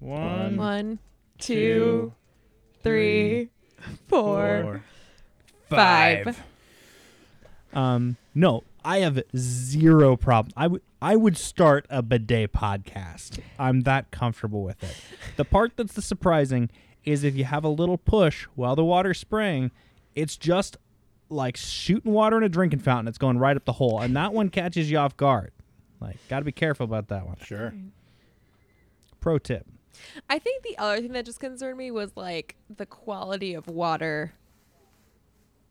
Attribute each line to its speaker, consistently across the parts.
Speaker 1: One,
Speaker 2: One,
Speaker 1: two,
Speaker 2: two, three, four.
Speaker 1: four,
Speaker 2: five.
Speaker 1: Um, no, I have zero problem. I would I would start a bidet podcast. I'm that comfortable with it. The part that's the surprising is if you have a little push while the water's spraying, it's just like shooting water in a drinking fountain. It's going right up the hole, and that one catches you off guard. Like, got to be careful about that one.
Speaker 3: Sure.
Speaker 1: Pro tip.
Speaker 2: I think the other thing that just concerned me was like the quality of water.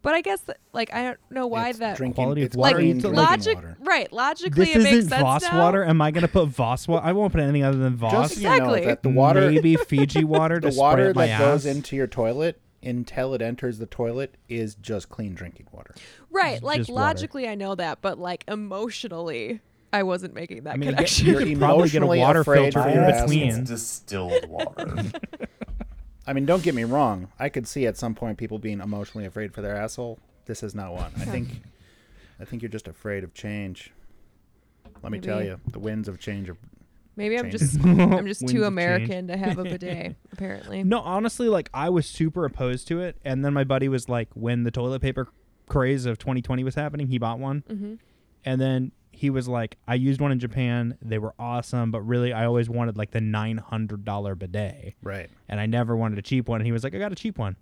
Speaker 2: But I guess that, like I don't know why
Speaker 3: It's
Speaker 2: that
Speaker 3: drinking,
Speaker 1: Quality of
Speaker 3: it's
Speaker 2: like
Speaker 1: water
Speaker 3: clean
Speaker 1: into
Speaker 3: drinking
Speaker 2: logic
Speaker 3: water.
Speaker 2: right logically
Speaker 1: This
Speaker 2: it makes
Speaker 1: isn't
Speaker 2: sense
Speaker 1: Voss
Speaker 2: now.
Speaker 1: water. Am I going to put Voss water? I won't put anything other than Voss.
Speaker 3: Just so you know
Speaker 2: Exactly.
Speaker 3: that the water,
Speaker 1: maybe Fiji water.
Speaker 3: the
Speaker 1: to spray
Speaker 3: water
Speaker 1: up my
Speaker 3: that goes
Speaker 1: ass.
Speaker 3: into your toilet until it enters the toilet is just clean drinking water.
Speaker 2: Right, like
Speaker 1: just water.
Speaker 2: logically I know that, but like emotionally I wasn't making that
Speaker 1: I mean, you get-
Speaker 2: connection.
Speaker 1: you
Speaker 3: You're
Speaker 1: could probably get a
Speaker 3: emotionally
Speaker 1: water
Speaker 3: afraid
Speaker 1: filter
Speaker 3: for
Speaker 1: in
Speaker 3: your ass.
Speaker 1: between.
Speaker 4: It's distilled water.
Speaker 3: I mean, don't get me wrong. I could see at some point people being emotionally afraid for their asshole. This is not one. I think, I think you're just afraid of change. Let me tell
Speaker 2: Maybe.
Speaker 3: you, the winds of change are.
Speaker 2: Maybe I'm
Speaker 3: Changes.
Speaker 2: just I'm just
Speaker 1: Winds of change.
Speaker 2: too American to have a bidet, apparently.
Speaker 1: No, honestly, like I was super opposed to it, and then my buddy was like, when the toilet paper craze of 2020 was happening, he bought one,
Speaker 2: Mhm.
Speaker 1: and then he was like, I used one in Japan. They were awesome, but really, I always wanted like the $900 bidet,
Speaker 3: Right.
Speaker 1: and I never wanted a cheap one. And he was like, I got a cheap one.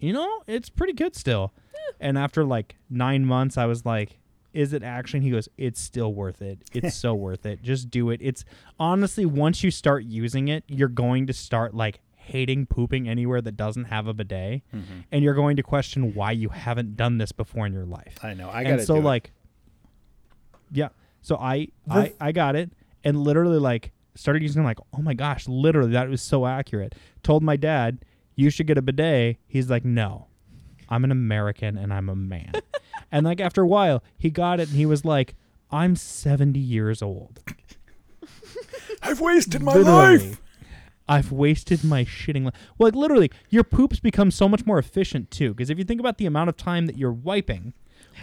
Speaker 1: You know, it's pretty good still. and after like nine months, I was like. Is it action? He goes, It's still worth it. It's so worth it. Just do it. It's honestly, once you start using it, you're going to start like hating pooping anywhere that doesn't have a bidet. And you're going to question why you haven't done this before in your life.
Speaker 3: I know. I got
Speaker 1: and
Speaker 3: to
Speaker 1: so
Speaker 3: do it.
Speaker 1: like Yeah. So I I, I got it and literally like started using it like, oh my gosh, literally that was so accurate. Told my dad, you should get a bidet. He's like, No. I'm an American and I'm a man. and like after a while, he got it and he was like, I'm seventy years old.
Speaker 3: I've wasted my
Speaker 1: literally. I've wasted my shitting life. Well, like literally, your poops become so much more efficient too. Because if you think about the amount of time that you're wiping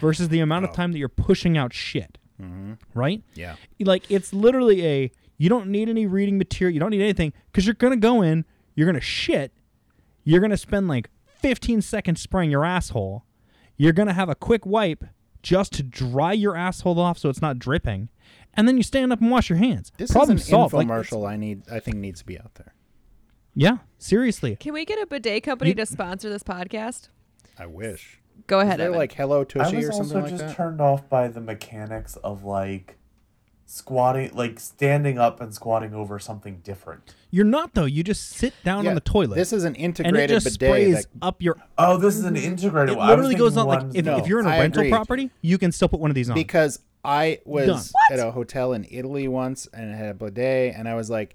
Speaker 1: versus the amount
Speaker 3: Oh.
Speaker 1: of time that you're pushing out shit,
Speaker 3: Mm-hmm.
Speaker 1: right?
Speaker 3: Yeah.
Speaker 1: Like it's literally a you don't need any reading material. You don't need anything because you're gonna go in, you're gonna shit, you're gonna spend like 15 seconds spraying your asshole. You're gonna have a quick wipe just to dry your asshole off so it's not dripping, and then you stand up and wash your hands.
Speaker 3: This
Speaker 1: Problem
Speaker 3: is an
Speaker 1: solved. Like, it's-
Speaker 3: infomercial. I need. I think needs to be out there.
Speaker 1: yeah, seriously.
Speaker 2: Can we get a bidet company
Speaker 1: You-
Speaker 2: to sponsor this podcast?
Speaker 3: I wish.
Speaker 2: Go
Speaker 3: Is
Speaker 2: ahead.
Speaker 3: there
Speaker 2: Evan.
Speaker 3: like hello
Speaker 4: I
Speaker 3: tushy
Speaker 4: was
Speaker 3: or
Speaker 4: also
Speaker 3: something like
Speaker 4: just
Speaker 3: that?
Speaker 4: turned off by the mechanics of like squatting, like standing up and squatting over something different.
Speaker 1: You're not though. You just sit down
Speaker 3: Yeah,
Speaker 1: on the toilet.
Speaker 3: This is an
Speaker 1: and it
Speaker 3: integrated
Speaker 1: just
Speaker 3: bidet.
Speaker 1: sprays
Speaker 3: that,
Speaker 1: up your.
Speaker 4: Oh, this is an
Speaker 3: Mm-hmm.
Speaker 4: integrated.
Speaker 1: It
Speaker 4: one. I was
Speaker 1: literally goes
Speaker 4: thinking
Speaker 1: on like
Speaker 4: ones
Speaker 1: if,
Speaker 4: that-
Speaker 1: if you're in a
Speaker 3: No, I
Speaker 1: rental
Speaker 3: agree.
Speaker 1: property, you can still put one of these on.
Speaker 3: because I
Speaker 1: Done.
Speaker 3: was at a hotel in Italy once and it had a bidet, and I was like,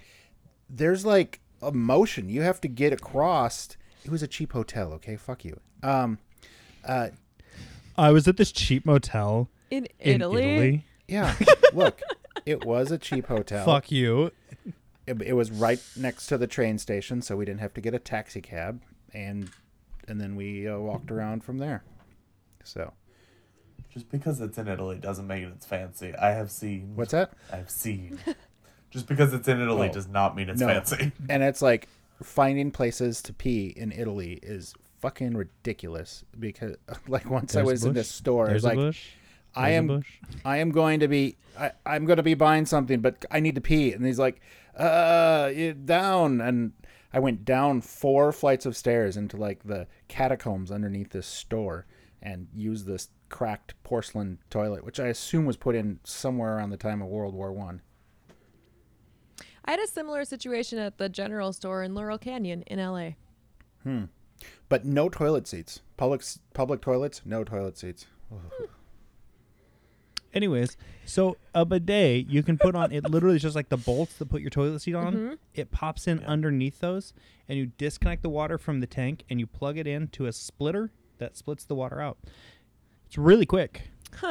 Speaker 3: "There's like a motion you have to get across." It was a cheap hotel, okay? Fuck you. Um, uh,
Speaker 1: I was at this cheap motel
Speaker 2: in,
Speaker 1: in
Speaker 2: Italy?
Speaker 1: Italy.
Speaker 3: yeah. Look, it was a cheap hotel.
Speaker 1: Fuck you.
Speaker 3: It, it was right next to the train station, so we didn't have to get a taxi cab, and and then we uh, walked around from there. So
Speaker 4: just because it's in Italy doesn't make it it's fancy. I have seen.
Speaker 3: what's that?
Speaker 4: I've seen. just because it's in Italy
Speaker 3: Oh,
Speaker 4: does not mean it's
Speaker 3: no.
Speaker 4: fancy.
Speaker 3: and it's like finding places to pee in Italy is fucking ridiculous because like once I
Speaker 1: There's a
Speaker 3: was in
Speaker 1: bush.
Speaker 3: this store,
Speaker 1: There's
Speaker 3: it's
Speaker 1: a
Speaker 3: like
Speaker 1: bush.
Speaker 3: I
Speaker 1: There's a
Speaker 3: am
Speaker 1: bush.
Speaker 3: I am going to be I, I'm going to be buying something, but I need to pee, and he's like, uh, you- down, and I went down four flights of stairs into like the catacombs underneath this store and used this cracked porcelain toilet, which I assume was put in somewhere around the time of World War One.
Speaker 2: I had a similar situation at the general store in Laurel Canyon in LA.
Speaker 3: But no toilet seats. Public s- public toilets, no toilet seats.
Speaker 1: Anyways, so a bidet you can put on it literally is just like the bolts that put your toilet seat on. It pops in underneath those and you disconnect the water from the tank and you plug it into a splitter that splits the water out. It's really quick.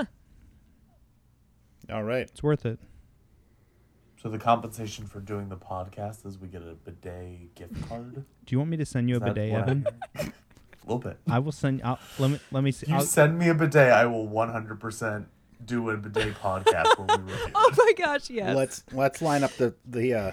Speaker 3: All right.
Speaker 1: It's worth it.
Speaker 4: So the compensation for doing the podcast is we get a bidet gift card.
Speaker 1: Do you want me to send you
Speaker 4: Is
Speaker 1: a
Speaker 4: that
Speaker 1: bidet,
Speaker 4: what I
Speaker 1: Evan?
Speaker 4: hear? a little bit.
Speaker 1: I will send. I'll, let me let me see.
Speaker 4: You
Speaker 1: I'll-
Speaker 4: send me a bidet, I will 100% do a bidet podcast when we review.
Speaker 2: Oh my gosh, yes.
Speaker 3: Let's let's line up the the uh,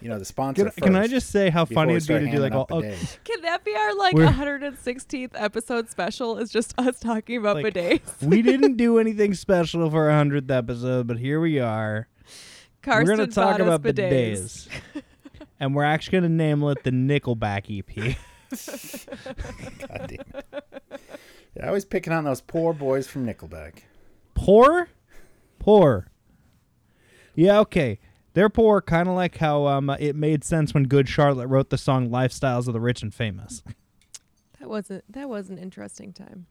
Speaker 3: You know, the sponsor.
Speaker 1: Can, can I
Speaker 3: first
Speaker 1: just say how
Speaker 3: before
Speaker 1: funny
Speaker 3: we
Speaker 1: it'd be
Speaker 3: start
Speaker 1: to do like,
Speaker 3: handing
Speaker 1: well,
Speaker 3: out the
Speaker 1: oh,
Speaker 3: days.
Speaker 2: Can that be our like
Speaker 1: We're-
Speaker 2: 116th episode special? Is just us talking about
Speaker 1: Like-
Speaker 2: bidets.
Speaker 1: we didn't do anything special for our hundredth episode, but here we are.
Speaker 2: Karsten
Speaker 1: we're gonna talk
Speaker 2: bought us
Speaker 1: about bidets, and we're actually gonna name it the Nickelback E EP.
Speaker 3: God damn it. Yeah, I was picking on those poor boys from Nickelback.
Speaker 1: poor, poor. Yeah, okay. They're poor, kind of like how um, it made sense when Good Charlotte wrote the song "Lifestyles of the Rich and Famous."
Speaker 2: That wasn't that was an interesting time.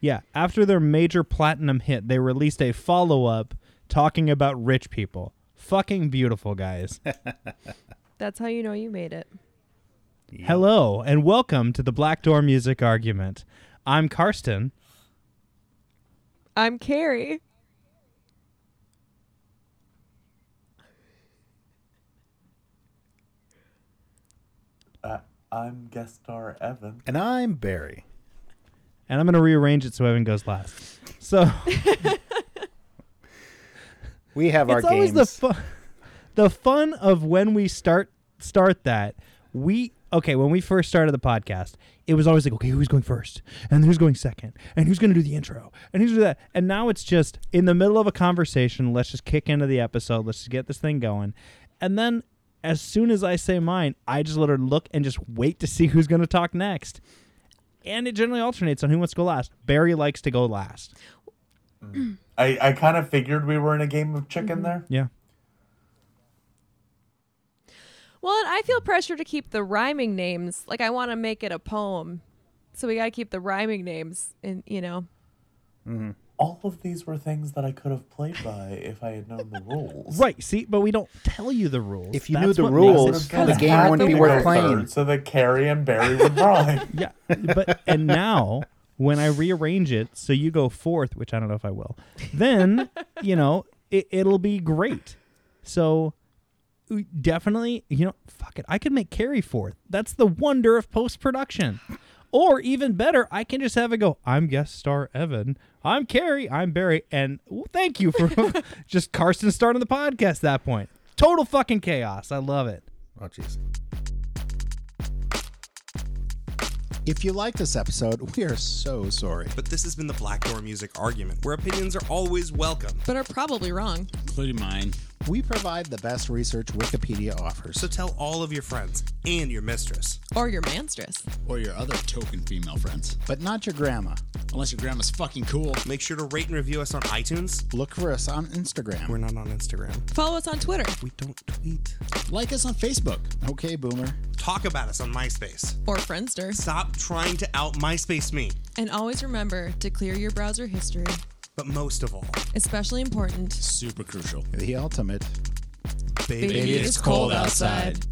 Speaker 1: Yeah, after their major platinum hit, they released a follow-up talking about rich people. Fucking beautiful guys.
Speaker 2: That's how you know you made it.
Speaker 1: Hello and welcome to the Black Door Music Argument. I'm Karsten.
Speaker 2: I'm Carrie.
Speaker 4: Uh, I'm guest star Evan.
Speaker 3: And I'm Barry.
Speaker 1: and I'm going to rearrange it so Evan goes last. So
Speaker 3: We have
Speaker 1: it's
Speaker 3: our
Speaker 1: always
Speaker 3: games.
Speaker 1: the fun, the fun of when we start start that we okay when we first started the podcast, it was always like okay who's going first and who's going second and who's going to do the intro and who's gonna do that and now it's just in the middle of a conversation let's just kick into the episode let's just get this thing going and then as soon as I say mine I just let her look and just wait to see who's going to talk next. And it generally alternates on who wants to go last. Barry likes to go last.
Speaker 4: I, I kind of figured we were in a game of chicken there.
Speaker 1: Yeah.
Speaker 2: Well, and I feel pressure to keep the rhyming names. Like I want to make it a poem, so we gotta keep the rhyming names. And you know,
Speaker 4: All of these were things that I could have played by if I had known the rules.
Speaker 1: Right. See, but we don't tell you the rules.
Speaker 3: If you knew
Speaker 1: That's
Speaker 3: the
Speaker 1: what makes it
Speaker 3: rules,
Speaker 1: fun.
Speaker 4: Kinda
Speaker 3: the game
Speaker 4: had
Speaker 3: wouldn't
Speaker 4: to
Speaker 3: be
Speaker 4: go
Speaker 3: worth playing.
Speaker 4: third So that Carrie and Barry would rhyme.
Speaker 1: Yeah, but and now when I rearrange it so you go fourth, which I don't know if I will, then you know it, it'll be great. So we definitely, you know, fuck it, I could make Carrie fourth. That's the wonder of post production. Or even better, I can just have it go. I'm guest star Evan. I'm Carrie. I'm Barry. And w- thank you for just Carson starting the podcast. At that point, total fucking chaos. I love it.
Speaker 3: Oh, jeez. If you like this episode, we are so sorry.
Speaker 5: But this has been the Black Door Music Argument, where opinions are always welcome.
Speaker 2: but are probably wrong.
Speaker 6: including mine.
Speaker 3: We provide the best research Wikipedia offers.
Speaker 5: So tell all of your friends and your mistress.
Speaker 2: Or your manstress.
Speaker 6: Or your other token female friends.
Speaker 3: but not your grandma.
Speaker 6: Unless your grandma's fucking cool.
Speaker 5: Make sure to rate and review us on iTunes.
Speaker 3: Look for us on Instagram.
Speaker 5: We're not on Instagram.
Speaker 2: Follow us on Twitter
Speaker 5: We don't tweet.
Speaker 6: Like us on Facebook.
Speaker 3: okay, boomer.
Speaker 5: Talk about us on MySpace.
Speaker 2: or Friendster,
Speaker 5: Stop trying to out MySpace me.
Speaker 2: and always remember to clear your browser history.
Speaker 5: But most of all,
Speaker 2: Especially important.
Speaker 6: Super crucial.
Speaker 3: The ultimate.
Speaker 5: baby,
Speaker 6: Baby, it's cold outside.